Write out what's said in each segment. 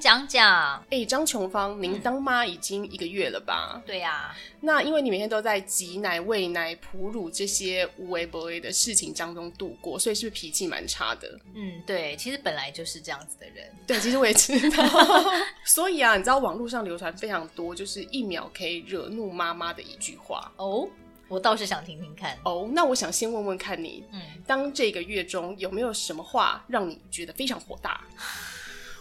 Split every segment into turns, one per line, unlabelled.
讲讲。
哎，张琼芳，您当妈已经一个月了吧？
对啊呀、
那因为你每天都在挤奶、喂奶、哺乳这些无为不为的事情当中度过，所以是不是脾气蛮差的？
嗯，对，其实本来就是这样子的人。
对，其实我也知道。 所以啊，你知道网络上流传非常多，就是一秒可以惹怒妈妈的一句话。
哦，我倒是想听听看。
哦、那我想先问问看你，
嗯，
当这个月中有没有什么话让你觉得非常火大？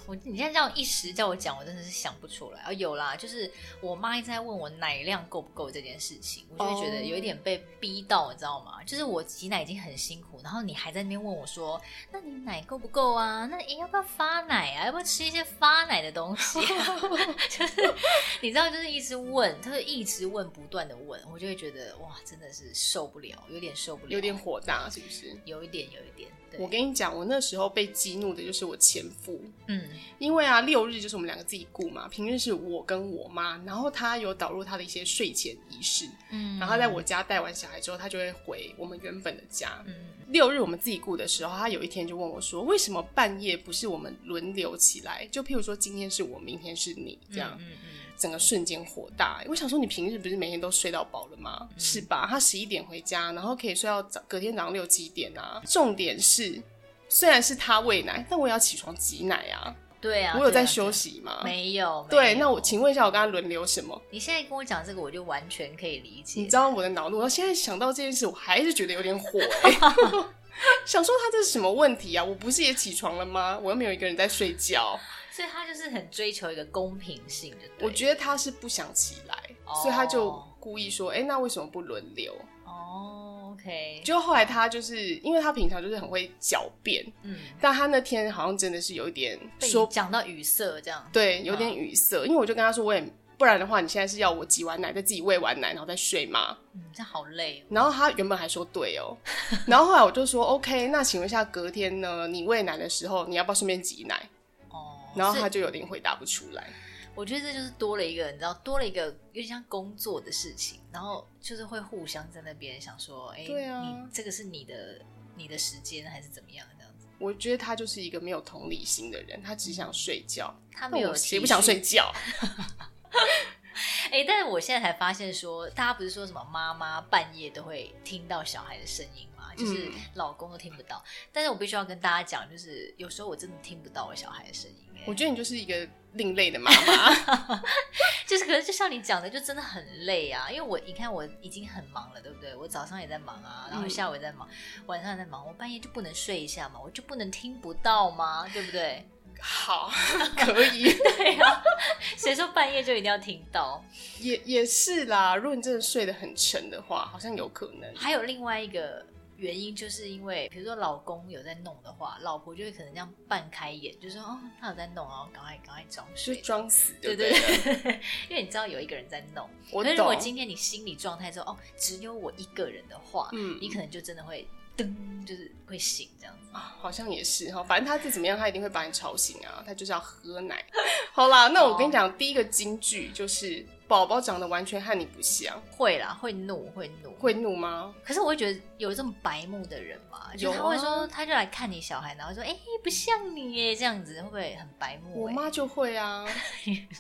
我你现在这样一时叫我讲，我真的是想不出来。啊，有啦，就是我妈一直在问我奶量够不够这件事情，我就会觉得
哦
有一点被逼到，你知道吗？就是我挤奶已经很辛苦，然后你还在那边问我说：“那你奶够不够啊？那你要不要发奶啊？要不要吃一些发奶的东西、啊？” 就是你知道，就是一直问，她就一直问，不断的问，我就会觉得哇，真的是受不了，有点受不了，
有点，火大是不是？
有一点，有一点。对
我跟你讲，我那时候被激怒的就是我前夫，
嗯
因为啊，六日就是我们两个自己顾嘛，平日是我跟我妈，然后他有导入他的一些睡前仪式，
嗯，
然后他在我家带完小孩之后，他就会回我们原本的家。
嗯
六日我们自己顾的时候，他有一天就问我说：“为什么半夜不是我们轮流起来？就譬如说今天是我，明天是你，这样。
嗯嗯
整个瞬间火大，我想说你平日不是每天都睡到饱了吗？
嗯
是吧？他十一点回家，然后可以睡到早，隔天早上六七点啊。重点是，虽然是他喂奶，但我也要起床挤奶啊。
嗯，对啊，
我有
对
在
啊
休息吗？
没有，没
对，
有嗯
那我请问一下，我跟他轮流什么？
你现在跟我讲这个，我就完全可以理解。
你知道我的恼怒，我现在想到这件事，我还是觉得有 点火、欸。想说他这是什么问题啊？我不是也起床了吗？我又没有一个人在睡觉。
所以他就是很追求一个公平性的。
我觉得他是不想起来，
哦
所以他就故意说：“哎、那为什么不轮流
得哦，OK，？”
就后来他就是因为他平常就是很会狡辩，
嗯，
但他那天好像真的是有一点
被嗯你
说
讲到语塞这样，
对，有点语塞。因为我就跟他说：“我也不然的话，你现在是要我挤完奶再自己喂完奶然后再睡吗？”
嗯，这样好累哦。
然后他原本还说对哦， 然后后来我就说 OK，那请问一下隔天呢，你喂奶的时候，你要不要顺便挤奶？
哦，
然后他
所以
就有点回答不出来。
我觉得这就是多了一个，你知道，多了一个有点像工作的事情，然后就是会互相在那边想说，哎，
对啊
你这个是你的你的时间还是怎么样这样子？
我觉得他就是一个没有同理心的人，他只想睡觉。
他
那
没有
我谁
提
不想
出
睡觉？
哎、但是我现在才发现说，大家不是说什么妈妈半夜都会听到小孩的声音吗？就是
嗯
老公都听不到。但是我必须要跟大家讲，就是有时候我真的听不到我小孩的声音、哎
我觉得你就是一个另类的妈 妈。
就是，可是就像你讲的，就真的很累啊。因为我你看我已经很忙了，对不对？我早上也在忙啊，然后
嗯
下午也在忙，晚上也在忙。我半夜就不能睡一下嘛？我就不能听不到吗？对不 对？
好，可以，
对啊， 谁说半夜就一定要听到？
也也是啦。如果你真的睡得很沉的话，好像有可能。
还有另外一个原因，就是因为比如说老公有在弄的话，老婆就会可能这样半开眼，就说哦，他有在弄啊，赶快赶快装
就
睡。
装死，
对
不对？
对， 因为你知道有一个人在弄。
我
可是如果
懂。
今天你心理状态说哦，只有我一个人的话，
嗯
你可能就真的会噔，就是会醒这样子。
好像也是哈，反正他再怎么样，他一定会把你吵醒啊，他就是要喝奶。 好啦，那我跟你讲，第一个金句就是宝宝长得完全和你不像，
会啦，会怒，会怒，
会。怒吗？
可是我会觉得有这么白目的人嘛，就
有
是他会
啊
说，他就来看你小孩，然后说，哎、不像你耶，这样子会不会很白目、
我
欸？
妈就 会啊，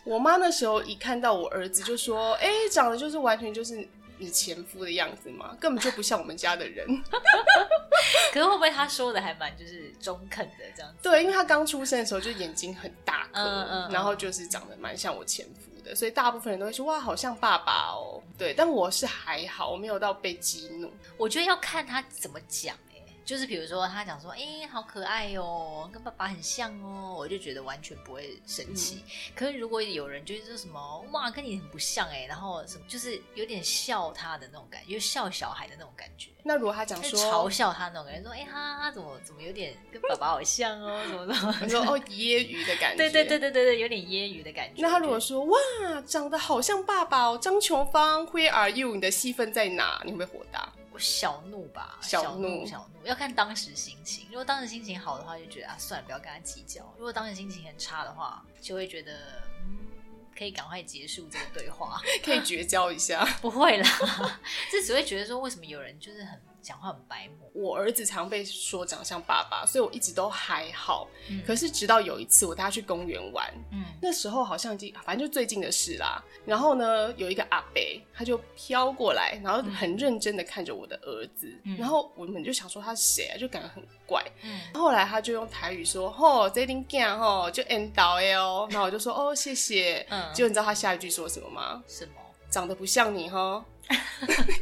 我妈那时候一看到我儿子就说：“哎、长得就是完全就是你前夫的样子嘛，根本就不像我们家的人。
可是会不会他说的还蛮就是中肯的这样”子？
对，因为他刚出生的时候就眼睛很大颗，
嗯嗯嗯
然后就是长得蛮像我前夫的，所以大部分人都会说：“哇，好像爸爸哦。”对，但我是还好，我没有到被激怒。
我觉得要看他怎么讲、欸，就是比如说他讲说，哎、好可爱哦、跟爸爸很像哦、我就觉得完全不会生气。
嗯
可是如果有人就是说什么，哇，跟你很不像哎、然后什么就是有点笑他的那种感觉，就笑小孩的那种感觉。
那如果他讲
就是
说
嘲笑他那种感觉，说：“哎、哈哈，怎么怎么有点跟爸爸好像哦，怎么怎么
你 说哦，揶揄的感觉。
对对对。对对对，有点揶揄的感觉。”
那他如果说哇，长得好像爸爸哦，张琼芳，Where are you？你的戏份在哪？你会不会火 大？
我小怒吧，
小
小
怒
小怒，要看当时心情。如果当时心情好的话，就觉得啊，算了，不要跟他计较；如果当时心情很差的话，就会觉得嗯，可以赶快结束这个对话。
可以绝交一下。
不会啦，这只会觉得说，为什么有人就是很讲话很白目，
我儿子常被说长得像爸爸，所以我一直都还好。
嗯
可是直到有一次，我带他去公园玩，
嗯，
那时候好像已经，反正就最近的事啦。然后呢，有一个阿伯，他就飘过来，然后很认真的看着我的儿子，
嗯
然后我们就想说他是谁啊，就感觉很怪。
嗯，
后来他就用台语说：“吼，这顶干吼就 end 到哎 哦。”然后我就说：“哦，谢谢。”
嗯
结果你知道他下一句说什么吗？
什么？
长得不像你哈。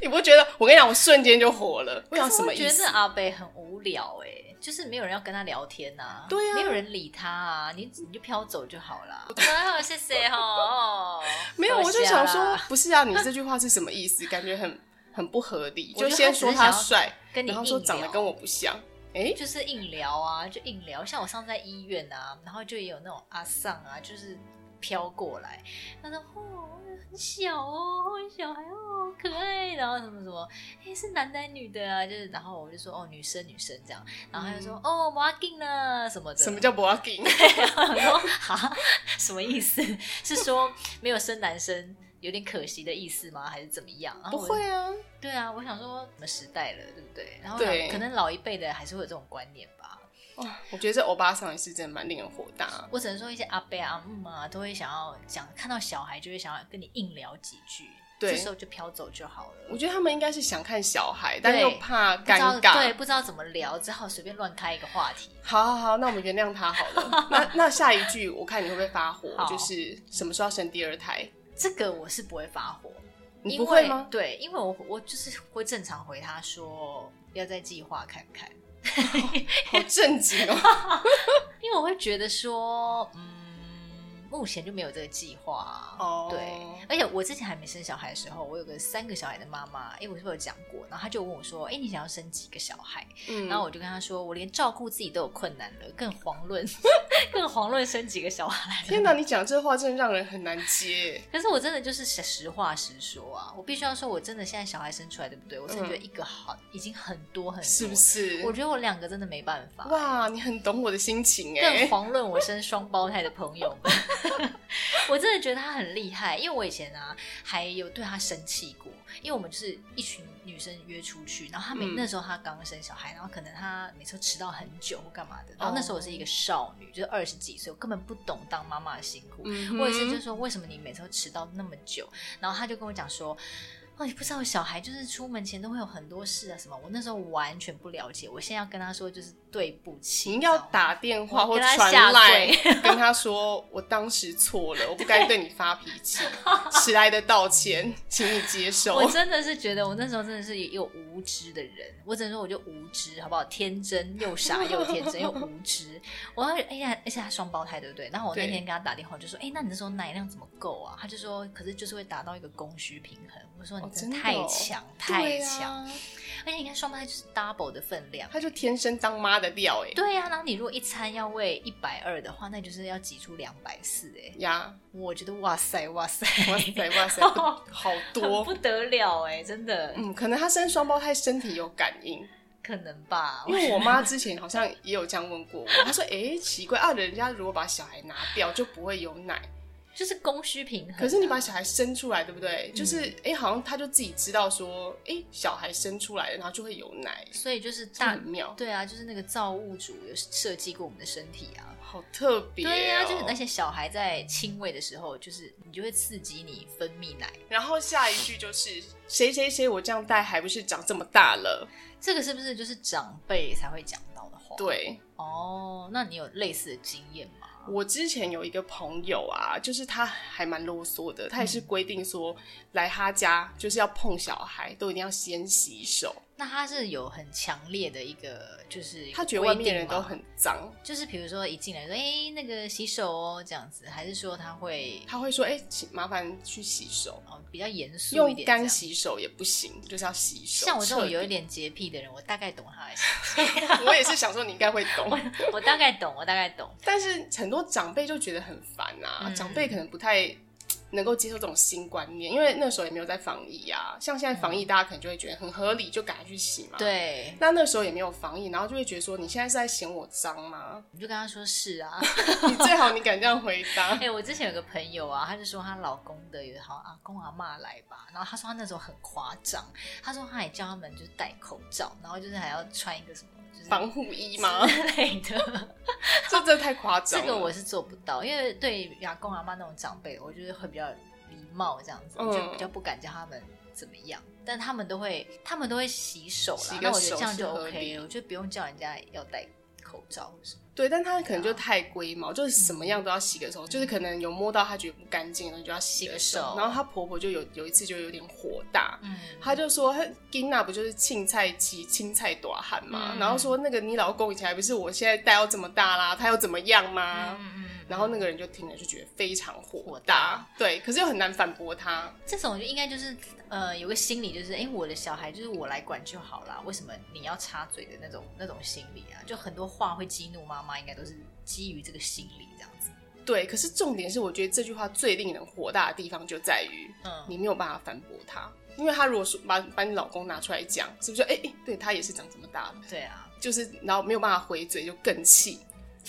你不觉得？我跟你讲，我瞬间就火了。我 想
可是
什么
我
意
觉
思
得？啊阿北很无聊哎、就是没有人要跟他聊天呐、
对啊
没有人理他啊，你你就飘走就好 啦。很好，谢谢哦。
没有，我就想说
多谢啦，
不是啊，你这句话是什么意思？感觉很很不合理。
我觉
就
得
先
他只
说
是
他
想要
帅，
跟你
然后说
硬
长得
聊
跟我不像。哎、
就是硬聊啊，就硬聊。像我上次在医院啊，然后就也有那种阿丧啊，就是飘过来，他说：“哦，很小哦，很小孩哦，好可爱。”然后什么什么，哎，是男的还是女的啊？就是，然后我就说：“哦，女生女生这样。”然后他就说：“哦，我要进呢，什么的。”
嗯什么叫不要给？
我说哈，什么意思？是说没有生男生有点可惜的意思吗？还是怎么样？然后
不
我
会，啊，
对啊，我想说什么时代了，对不对？然后老
对
可能老一辈的还是会有这种观念吧。
哇我觉得这欧巴桑也是真的蛮令人火大。
我只能说一些阿伯阿姆啊，都会想要讲，看到小孩就会想要跟你硬聊几句，
对
这时候就飘走就好了。
我觉得他们应该是想看小孩，但
对
又怕
不知
尴
道
尬。
对，不知道怎么聊，只好随便乱开一个话题。
好好好，那我们原谅他好 了。那那下一句，我看你会不会发火
好，
就是什么时候要生第二胎？
这个我是不会发火，
你
因
不
为
会 吗？
对，因为我我就是会正常回他说，要再计划看看。
好正经哦。
因为我会觉得说，嗯，目前就没有这个计划。
哦
对，而且我之前还没生小孩的时候，我有个三个小孩的妈妈，哎，我是不是有讲过？然后她就问我说，哎，你想要生几个小孩？
嗯，
然后我就跟她说，我连照顾自己都有困难了，更遑论 更遑论生几个小孩。
天哪，你讲这话真的让人很难接。
可是我真的就是实实话实说啊，我必须要说，我真的现在小孩生出来，对不对？我真的觉得一个好、已经很多很多，
嗯是不？是
我？觉得我两个真的没办法。
哇，你很懂我的心情
更
哎。
遑论我生双胞胎的朋友们。 我真的觉得他很厉害，因为我以前啊还有对他生气过，因为我们就是一群女生约出去，然后他每、
嗯
那时候他刚生小孩，然后可能他每次都迟到很久或干嘛的，然后那时候
哦
我是一个少女，就是二十几岁，我根本不懂当妈妈的辛苦，
嗯
我也是，就是
是
说为什么你每次都迟到那么久？然后他就跟我讲说，哦，你不知道小孩就是出门前都会有很多事啊什么。我那时候完全不了解，我现在要跟他说就是对不起，
你
知道
要
吗
打电话
我
或
跟他
传
下
来
跪
跟他说，我当时错了，我不该对你发脾气，迟来的道歉，请你接受。
我真的是觉得我那时候真的是一个无知的人，我只能说我就无知，好不好？天真又傻又天真又无知。我要哎呀，而且他双胞胎对不对？然后我那
对
天跟他打电话就说，哎、那你那时候奶量怎么够啊？他就说，可是就是会达到一个供需平衡。我说你
哦
真的
真的
太
哦
强、太
对
强，
啊，
而且你看双胞胎就是 double 的分量。
他就天生当妈的料哎
对呀、啊然后你如果一餐要喂一百二的话，那就是要挤出两百四哎，
呀，
我觉得哇塞哇塞，
哇 塞哇塞，不好
哦很
多
不。得了哎，真的、
嗯，可能他生双胞胎身体有感应，
可能吧，
因为我妈之前好像也有这样问过我，她说：“哎、奇怪啊，人家如果把小孩拿掉就不会有 奶，
就是供需平衡啊、
可是你把小孩生出来，对不
嗯
对？就是哎、诶好像他就自己知道说，哎、小孩生出来了，然后就会有奶，
所以就是
这
大
很妙，
对啊，就是那个造物主有设计过我们的身体啊。
好特别、哦。
对啊，就是而且小孩在亲喂的时候，就是你就会刺激你分泌奶，
然后下一句就是谁谁谁，我这样带还不是长这么大了？
这个是不是就是长辈才会讲到的话？，
对，
哦，那你有类似的经验吗？
我之前有一个朋友啊，就是他还蛮啰嗦的，他也
嗯
是规定说，来他家就是要碰小孩，都一定要先洗手。
那他是有很强烈的一个，就是
他觉得外面人
规定
都
吗，
很脏，
就是比如说一进来说，哎、那个洗手哦，这样子，还是说他会
他会说：“哎、请麻烦去洗手，
哦比较严肃一
用
点这样，
干洗手也不行，就是要洗手。”
像我这种有一，点洁癖的人，我大概懂他的心
我也是想说你应该会懂，
我大概懂，我大概懂。
但是很多长辈就觉得很烦啊，
嗯
长辈可能不太能够接受这种新观念，因为那时候也没有在防疫啊，像现在防疫，大家可能就会觉得很合理，就赶快去洗嘛。。
嗯对，
那那时候也没有防疫，然后就会觉得说，你现在是在嫌我脏吗？
我就跟他说是啊。
你最好你敢这样回答
哎、。我之前有个朋友啊，她就说她老公的有好像阿公阿嬷来吧，然后她说她那时候很夸张，她说她也叫他们就是戴口罩，然后就是还要穿一个什么就是
防护衣吗？
之类的，
这真的太夸张
这
了。
个我是做不到，因为对于阿公阿嬷那种长辈，我就是会比较礼貌这样子，我就
嗯
比较不敢叫他们怎么样，但他们都会他们都会洗手啦
洗，个
那我觉得这样
手
就是
合
OK
理
了，我就不用叫人家要戴口罩或什么。
对，但他
啊
可能就太龟毛，就是什么样都要洗个手，就是可能有摸到他觉得不干净，那就要洗个
嗯洗个手
手。然后她婆婆就有有一次就有点火大，
嗯，
她就说：“她金娜不就是青菜期青菜短汉嘛？”
嗯
然后说：“那个你老公以前还不是我现在带到这么大啦，他又怎么样吗？”
嗯嗯
然后那个人就听了就觉得非常火
火大
大对，可是又很难反驳他。
这种就应该就是呃，有个心理就是，哎，我的小孩就是我来管就好啦，为什么你要插嘴的那种那种心理啊？就很多话会激怒妈妈，应该都是基于这个心理这样子。
对，可是重点是，我觉得这句话最令人火大的地方就在于，
嗯，
你没有办法反驳他，因为他如果说把把你老公拿出来讲，是不是就？哎、哎对他也是长这么大的，
对啊，
就是然后没有办法回嘴，就更气。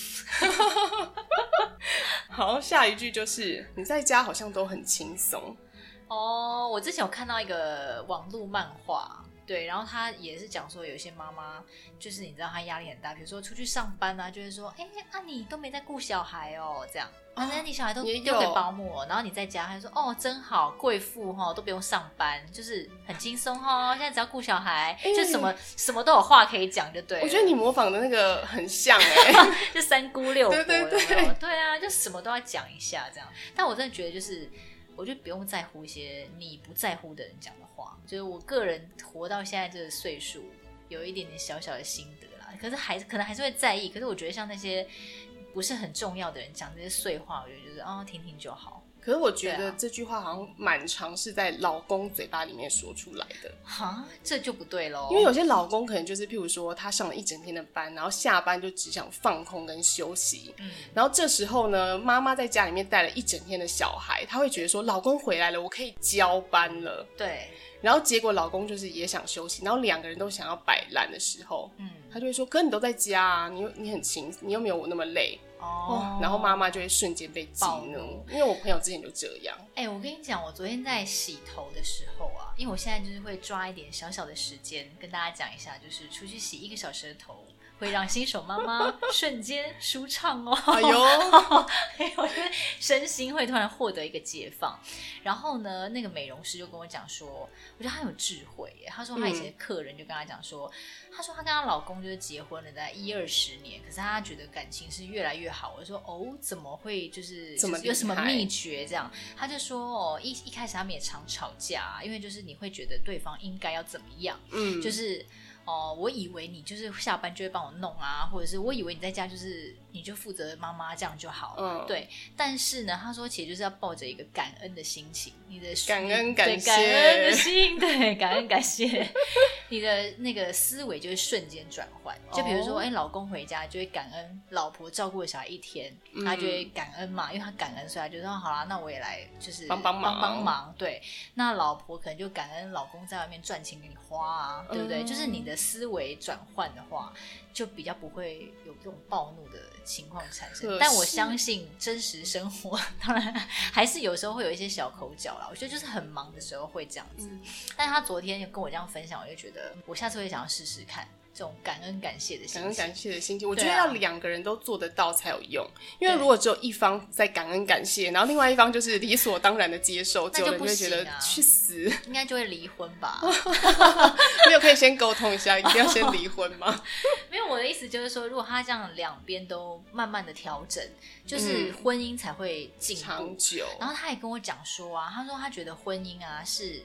好，下一句就是你在家好像都很轻松，
哦，我之前有看到一个网络漫画。对，然后他也是讲说，有一些妈妈就是你知道她压力很大，比如说出去上班啊，就会说，哎，啊你都没在顾小孩哦，这样，啊那你小孩都
也
丢给
有
保姆哦、然后你在家，他就说，哦真好，贵妇哈、都不用上班，就是很轻松哈、现在只要顾小孩，
哎
就什么什么都有话可以讲，就对了。
我觉得你模仿的那个很像哎、
就三姑六婆，
对对对
有没有对啊，就什么都要讲一下这样。但我真的觉得就是，我就不用在乎一些你不在乎的人讲的话。就是我个人活到现在这个岁数，有一点点小小的心得啦。可是还可能还是会在意。可是我觉得像那些不是很重要的人讲这些碎话，我觉得就是哦，听听就好。
可是我觉
对
得
啊
这句话好像蛮常是在老公嘴巴里面说出来的，
哈，这就不对喽。
因为有些老公可能就是譬如说他上了一整天的班，然后下班就只想放空跟休息，
嗯
然后这时候呢，妈妈在家里面带了一整天的小孩，她会觉得说老公回来了，我可以交班了。
对，
然后结果老公就是也想休息，然后两个人都想要摆烂的时候，
嗯
她就会说：“可是你都在家啊，你又你很勤，你又没有我那么累。
哦
然后妈妈就会瞬间被激
暴怒
怒，因为我朋友之前就这样。
哎、我跟你讲，我昨天在洗头的时候啊，因为我现在就是会抓一点小小的时间跟大家讲一下，就是出去洗一个小时的头，会让新手妈妈 瞬间舒畅哦。
哎呦，
我觉得身心会突然获得一个解放。然后呢，那个美容师就跟我讲说，我觉得她很有智慧耶。她说她以前的客人就跟她讲说，她说她跟她老公就是结婚了大概一二十年，可是她觉得感情是越来越好。我就说哦，怎么会就是
这么
就是有什么
厉害
秘诀这样？她就说哦，一一开始他们也常吵架啊、因为就是你会觉得对方应该要怎么样。
嗯，
就是哦，我以为你就是下班就会帮我弄啊，或者是我以为你在家就是你就负责妈妈这样就好了，
嗯
对。但是呢，他说其实就是要抱着一个感恩的心情，你的
感恩
你对
感谢
感恩的心，对，感恩感谢，你的那个思维就会瞬间转换。就比如说，
哦
哎、老公回家就会感恩老婆照顾了小孩一天，
嗯
他就会感恩嘛，因为他感恩，所以他就说好啦，那我也来就是
帮帮忙
帮帮忙，对。那老婆可能就感恩老公在外面赚钱给你花啊，对不对？
嗯
就是你的思维转换的话，就比较不会有这种暴怒的情况产生
可。
但我
是
相信真实生活， 当然还是有时候会有一些小口角啦。我觉得就是很忙的时候会这样子。
嗯
但他昨天跟我这样分享，我就觉得我下次会想要试试看这种感恩感谢的心
感恩
情。
感谢的心情，我觉
对啊
得要两个人都做得到才有用。因为
对
如果只有一方在感恩感谢，然后另外一方就是理所当然的接受，
那
久
就
了你
不
就会觉得
行啊
去死。
应该就会离婚吧？
哦没有可以先沟通一下，一定要先离婚 吗？
没有，我的意思就是说，如果他这样两边都慢慢的调整，就是婚姻才会进步。
嗯长久，
然后他也跟我讲说啊，他说他觉得婚姻啊是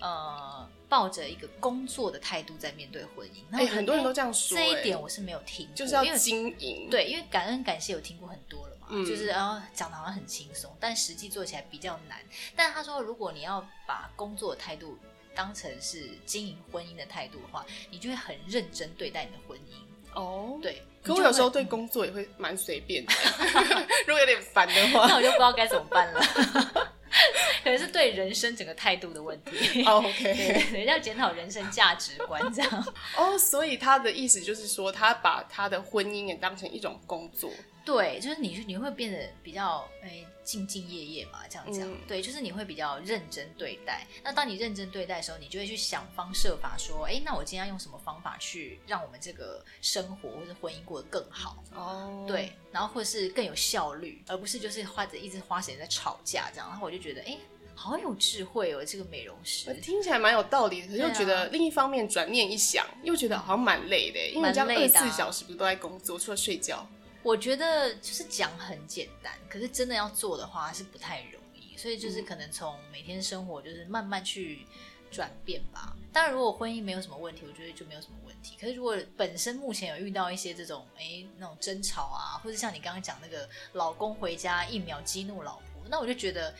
呃抱着一个工作的态度在面对婚姻。那
哎、
我觉得
很多人都
哎
这样说、
这
哎
一点我是没有听过，
就是要
因为
经营，，
对，因为感恩感谢有听过很多了嘛，
嗯
就是然后讲的好像很轻松，但实际做起来比较难。但他说，如果你要把工作的态度当成是经营婚姻的态度的话，你就会很认真对待你的婚姻。
哦，。
对，
可
你
我
就
有时候
会
对工作也 会蛮随便的，如果有点烦的话
那，我就不知道该怎么办了。 可能是对人生整个态度的问题。
哦
对
，OK，
对对，要检讨人生价值观这样。
哦，所以他的意思就是说，他把他的婚姻也当成一种工作，
对，就是你你会变得比较诶兢兢业业嘛，这样讲。
嗯
对，就是你会比较认真对待。那当你认真对待的时候，你就会去想方设法说，哎，那我今天要用什么方法去让我们这个生活或者婚姻过得更好？
哦，
对，然后或者是更有效率，而不是就是花着一直花时间在吵架这样。然后我就觉得，哎，好有智慧哦，这个美容师
呃。听起来蛮有道理的，可是
对啊
又觉得另一方面转念一想，又觉得好像蛮累的，因为这样
蛮
二
累
十
的啊
四小时不是都在工作，除了睡觉。
我觉得就是讲很简单，可是真的要做的话是不太容易，所以就是可能从每天生活就是慢慢去转变吧。当然，如果婚姻没有什么问题，我觉得就没有什么问题。可是如果本身目前有遇到一些这种哎那种争吵啊，或者像你刚刚讲那个老公回家一秒激怒老婆，那我就觉得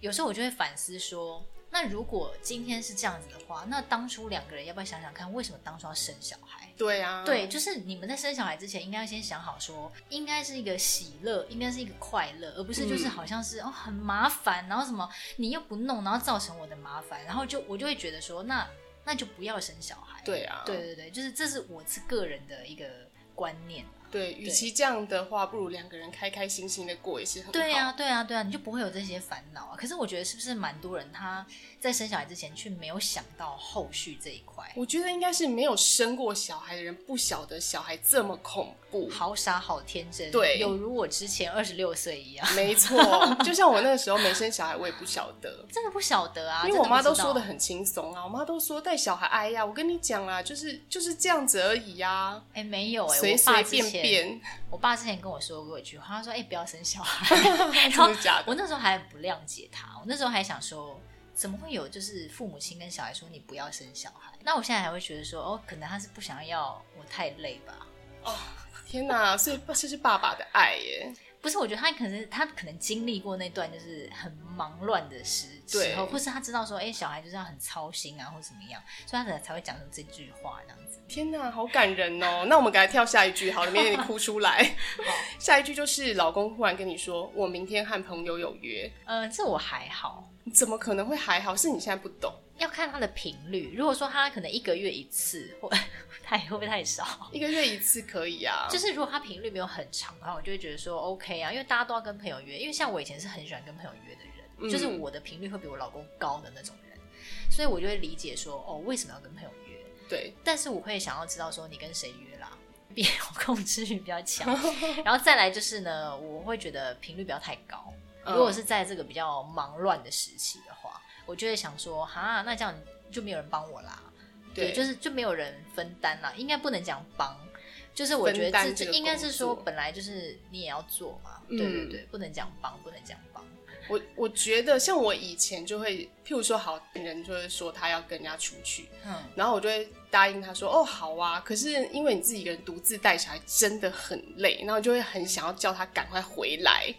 有时候我就会反思说。那如果今天是这样子的话，那当初两个人要不要想想看，为什么当初要生小孩？
对啊，
对，，就是你们在生小孩之前，应该要先想好说，应该是一个喜乐，应该是一个快乐，而不是就是
嗯
好像是、哦很麻烦，然后什么你又不弄，然后造成我的麻烦，然后就我就会觉得说，那那就不要生小孩。
对啊，
对对对，就是这是我是个人的一个观念啊。
对，与其这样的话，不如两个人开开心心的过也是很好。
对啊，对啊，对啊，你就不会有这些烦恼啊。可是我觉得是不是蛮多人他在生小孩之前却没有想到后续这一块，
我觉得应该是没有生过小孩的人不晓得小孩这么恐怖。
好傻好天真，
对
有如我之前二十六岁一样，
没错， 就像我那个时候没生小孩，我也不晓得。
真的不晓得啊，
因为我妈
真
都
不知道
说的很轻松啊，我妈都说带小孩，哎呀，我跟你讲啦，就是就是这样子而已呀、
哎、没有
啊，
哎、
随
我爸
随
之
便
前，
便，
我爸之前跟我说过一句话，他说：“哎、不要生小孩。
真的假”的？
我那时候还不谅解他，我那时候还想说，怎么会有就是父母亲跟小孩说你不要生小孩？那我现在还会觉得说，哦，可能他是不想要我太累吧。
天哪，所以这是爸爸的爱耶，
不是，我觉得他可能他可能经历过那段就是很忙乱的时
对
时候，或是他知道说，哎、小孩就是要很操心啊，或怎么样，所以他才才会讲出这句话这样子。
天哪，好感人哦。那我们赶快跳下一句，好了，免得你哭 出来。 下一句就是老公忽然跟你说，我明天和朋友有约，
呃，这我还好，
你怎么可能会还好？是你现在不懂，
要看他的频率。如果说他可能一个月一次，或 太会不会太少？
一个月一次可以啊。
就是如果他频率没有很长的话，我就会觉得说 OK 啊，因为大家都要跟朋友约。因为像我以前是很喜欢跟朋友约的人，
嗯
就是我的频率会比我老公高的那种人，所以我就会理解说哦，为什么要跟朋友约？
对，
但是我会想要知道说你跟谁约啦， 比我控制欲比较 强。然后再来就是呢，我会觉得频率不要太高。如果
嗯
是在这个比较忙乱的时期的话，我就会想说，哈，那这样就没有人帮我啦，对，
对，
就是就没有人分担啦，应该不能讲帮，就是我觉
分
得
担
自
这
己
个
应该是说
工作
本来就是你也要做嘛，
嗯
对对对，不能讲帮，不能讲帮，
我我觉得像我以前就会，譬如说好人就会说他要跟人家出去，
嗯，
然后我就会答应他说哦好啊，可是因为你自己一个人独自带小孩真的很累，然后就会很想要叫他赶快回 来，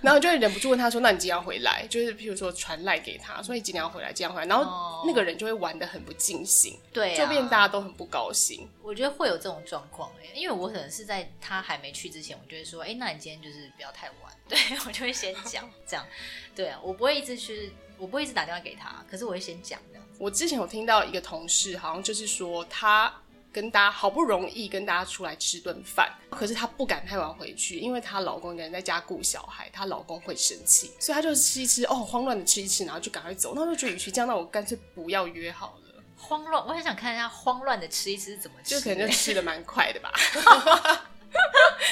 然后就会忍不住问他说那你几点要回来？就是譬如说传赖给他说你几点要回来，几点要回来，然
哦
后那个人就会玩的很不尽兴，
对、啊，
就变大家都很不高兴。
我觉得会有这种状况哎，因为我可能是在他还没去之前，我就会说，哎、那你今天就是不要太晚， 对我就会先 讲这样，对啊，我不会一直去，我不会一直打电话给他，可是我会先讲这样子，
我之前有听到一个同事，好像就是说他跟大家好不容易跟大家出来吃顿饭，可是她不敢太晚回去，因为她老公一个人在家顾小孩，她老公会生气，所以她就吃一吃，哦，慌乱的吃一吃，然后就赶快走。那我就觉得，与其这样，那我干脆不要约好了，
慌乱，我很想看一下慌乱的吃一吃是怎么吃
就
的，
可能就吃的蛮快的吧。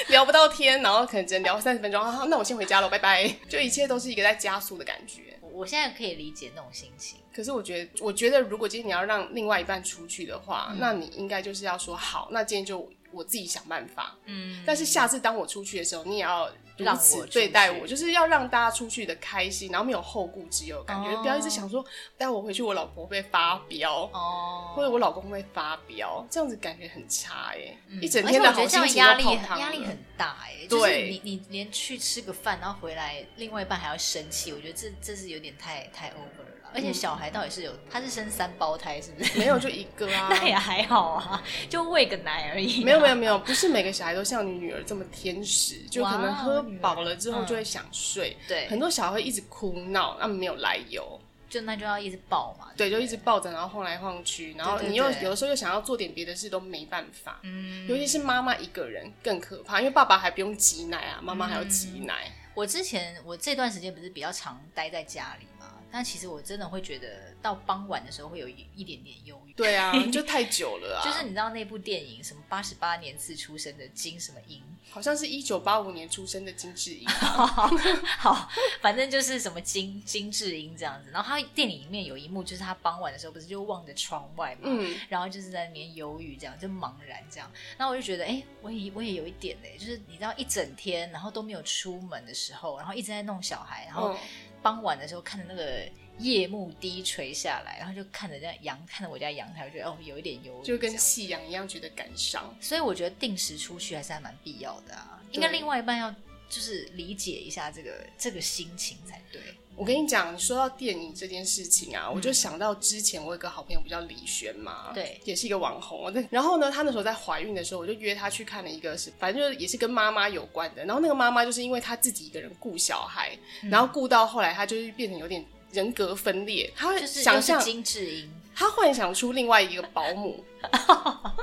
聊不到天，然后可能只能聊三十分钟，啊，那我先回家了，拜拜。就一切都是一个在加速的感觉。
我我现在可以理解那种心情。
可是我觉得，我觉得如果今天你要让另外一半出去的话，
嗯
那你应该就是要说好，那今天就我自己想办法。
嗯，
但是下次当我出去的时候，你也要如
让我出
此
去
对待我，就是要让大家出去的开心，然后没有后顾之忧的感觉，
哦
不要一直想说，待会我回去我老婆会发飙。
哦，
或者我老公会发飙，这样子感觉很差耶、
嗯
一整天的好心
而
情
且我觉得
都
这样压力
泡汤
很
了
压力很大哎、就是
对
你你连去吃个饭，然后回来另外一半还要生气，我觉得这这是有点太太 over 了啦。
嗯
而且小孩到底是有，他是生三胞胎是不是？
没有就一个 啊。
那也还好啊，就喂个奶而已、
没有没有，没有，不是每个小孩都像你女儿这么天使，就可能
哇
喝
女儿
饱了之后
嗯
就会想睡。
对，
很多小孩会一直哭闹，那没有来由，
就那就要一直抱嘛。
对，就一直抱着，然后晃来晃去，然后
对对
你又
对
有的时候又想要做点别的事，都没办法。
嗯，
尤其是妈妈一个人更可怕，因为爸爸还不用挤奶啊，妈妈还要挤
嗯
奶。
我之前我这段时间不是比较常待在家里嘛，但其实我真的会觉得到傍晚的时候会有一一点点忧郁。
对啊，就太久了啊，
就是你知道那部电影什么八十八年次出生的金什么英，
好像是一九八五年出生的金智 英，
好，反正就是什么金金智英这样子。然后他电影里面有一幕，就是他傍晚的时候不是就望着窗外嘛，
嗯，
然后就是在那边忧郁，这样就茫然这样。那我就觉得，哎、我也我也有一点嘞、就是你知道一整天，然后都没有出门的时候，然后一直在弄小孩，然后
嗯
傍晚的时候看着那个夜幕低垂下来，然后就看着那阳，看着我家阳台，我觉得哦，有一点忧郁，
就跟
这样
夕阳一样觉得感伤。
所以我觉得定时出去还是还蛮必要的啊。
对
应该另外一半要就是理解一下这个这个心情才对。
我跟你讲，你说到电影这件事情
嗯
啊，我就想到之前我有一个好朋友，不叫李璇嘛，
对
也是一个网红。但然后呢，她那时候在怀孕的时候，我就约她去看了一个是，反正就是也是跟妈妈有关的。然后那个妈妈就是因为她自己一个人顾小孩，
嗯
然后顾到后来，她就是变成有点人格分裂，她会
就是
想
又
象
是金智英，
她幻想出另外一个保 姆，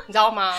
你知道吗？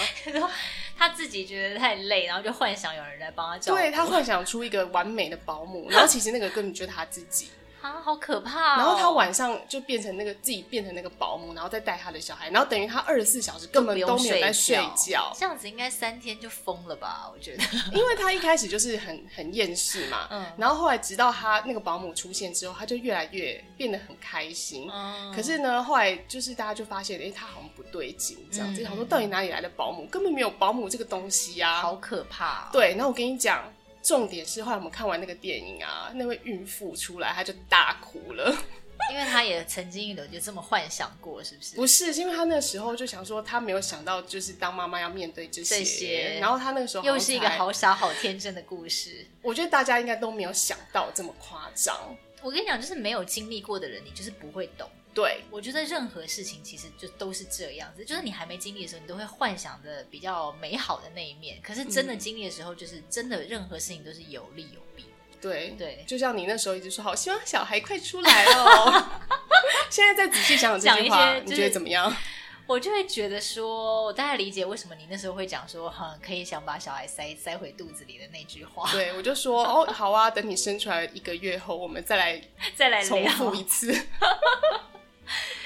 她自己觉得太累，然后就幻想有人来帮她照顾。
对她幻想出一个完美的保姆，然后其实那个根本就是她自己。
啊，好可怕、哦！
然后她晚上就变成那个自己变成那个保姆，然后再带她的小孩，然后等于她二十四小时根本
不
都
用
没有在睡觉，
这样子应该三天就疯了吧？我 觉得。
因为她一开始就是很很厌世嘛，
嗯
然后后来直到她那个保姆出现之后，她就越来越变得很开心。
嗯
可是呢，后来就是大家就发现，哎、她好像不对劲，这样子，
嗯
想说到底哪里来的保姆，根本没有保姆这个东西呀、
好可怕、哦。
对，然后我跟你讲，重点是后来我们看完那个电影啊，那位孕妇出来，她就大哭了。
因为她也曾经有就这么幻想过，是不是？
不是，是因为她那时候就想说，她没有想到就是当妈妈要面对这些，
这些
然后她那个时候
又是一个
才，
好傻好天真的故事。
我觉得大家应该都没有想到这么夸张。
我跟你讲，就是没有经历过的人，你就是不会懂。
对，
我觉得任何事情其实就都是这样子，就是你还没经历的时候，你都会幻想着比较美好的那一面。可是真
嗯
的经历的时候，就是真的任何事情都是有利有弊。
对，
对
就像你那时候一直说，好希望小孩快出来哦。 现在再仔细想想这句话，
讲一些就是
你觉得怎么样？
我就会觉得说，我大概理解为什么你那时候会讲说，哈、可以想把小孩塞塞回肚子里的那句话，
对，我就说哦，好啊，等你生出来一个月后，我们再来
再来
重
聊，
复 一次。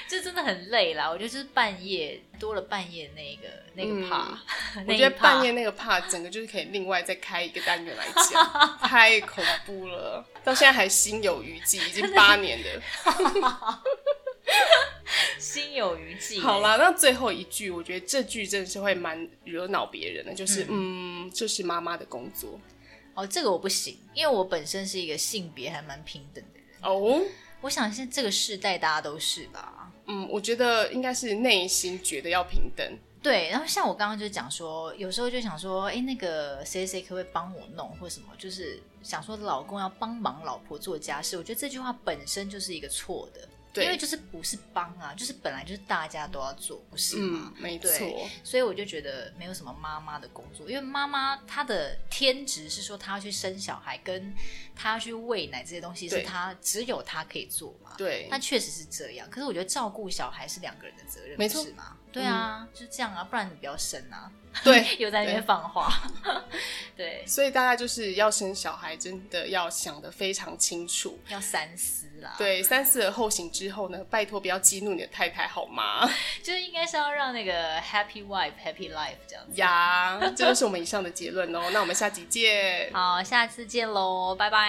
就真的很累啦。我觉得就是半夜多了半夜那个那个
嗯
怕， 那
我
一
觉得半
part
夜那个怕，整个就是可以另外再开一个单元来讲，太恐怖了，到现在还心有余悸， 已经八年了。
心有余悸。
好，啦，那最后一句，我觉得这句真的是会蛮惹恼别人的，就是嗯这是妈妈的工作
哦，这个我不行，因为我本身是一个性别还蛮平等的人。
哦。
我想现在这个世代大家都是吧。
嗯，我觉得应该是内心觉得要平等，
对，然后像我刚刚就讲说，有时候就想说，哎，那个谁谁可不可以帮我弄或什么，就是想说老公要帮忙老婆做家事。我觉得这句话本身就是一个错的，因为
对，
就是不是帮啊，就是本来就是大家都要做，不是吗？
嗯，没错，
对所以我就觉得没有什么妈妈的工作，因为妈妈她的天职是说她要去生小孩，跟她要去喂奶这些东西是
对
她只有她可以做嘛。
对
那，确实是这样，可是我觉得照顾小孩是两个人的责任，
没错嗯
不是吗？对啊，就这样啊，不然你不要生啊，
对。
又在那边放话， 对，
所以大家就是要生小孩，真的要想得非常清楚。
要三思啦。，
对，三思而后行之后呢，拜托不要激怒你的太太好吗？
就是应该是要让那个 happy wife happy life 这样子。
呀，这就是我们以上的结论哦。那我们下集见。
好，下次见喽，拜拜。